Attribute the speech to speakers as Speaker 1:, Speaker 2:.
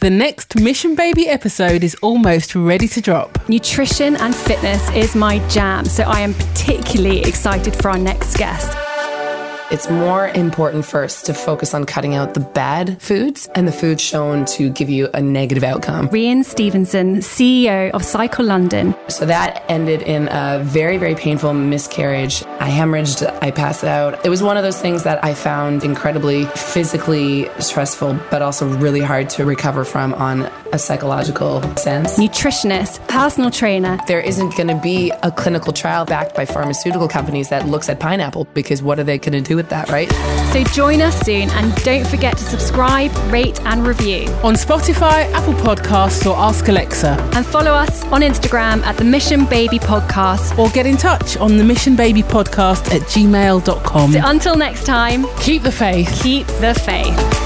Speaker 1: The next Mission Baby episode is almost ready to drop.
Speaker 2: Nutrition and fitness is my jam, so I am particularly excited for our next guest.
Speaker 3: It's more important first to focus on cutting out the bad foods and the foods shown to give you a negative outcome.
Speaker 2: Rian Stevenson, CEO of Cycle London.
Speaker 3: So that ended in a very, very painful miscarriage. I hemorrhaged, I passed out. It was one of those things that I found incredibly physically stressful, but also really hard to recover from on a psychological sense.
Speaker 2: Nutritionist, personal trainer.
Speaker 3: There isn't going to be a clinical trial backed by pharmaceutical companies that looks at pineapple because what are they going to do? with that, right?
Speaker 2: So join us soon and don't forget to subscribe, rate, and review
Speaker 1: on Spotify, Apple Podcasts, or Ask Alexa.
Speaker 2: And follow us on Instagram at the Mission Baby Podcast
Speaker 1: or get in touch on the Mission Baby Podcast at gmail.com.
Speaker 2: So until next time,
Speaker 1: keep the faith.
Speaker 2: Keep the faith.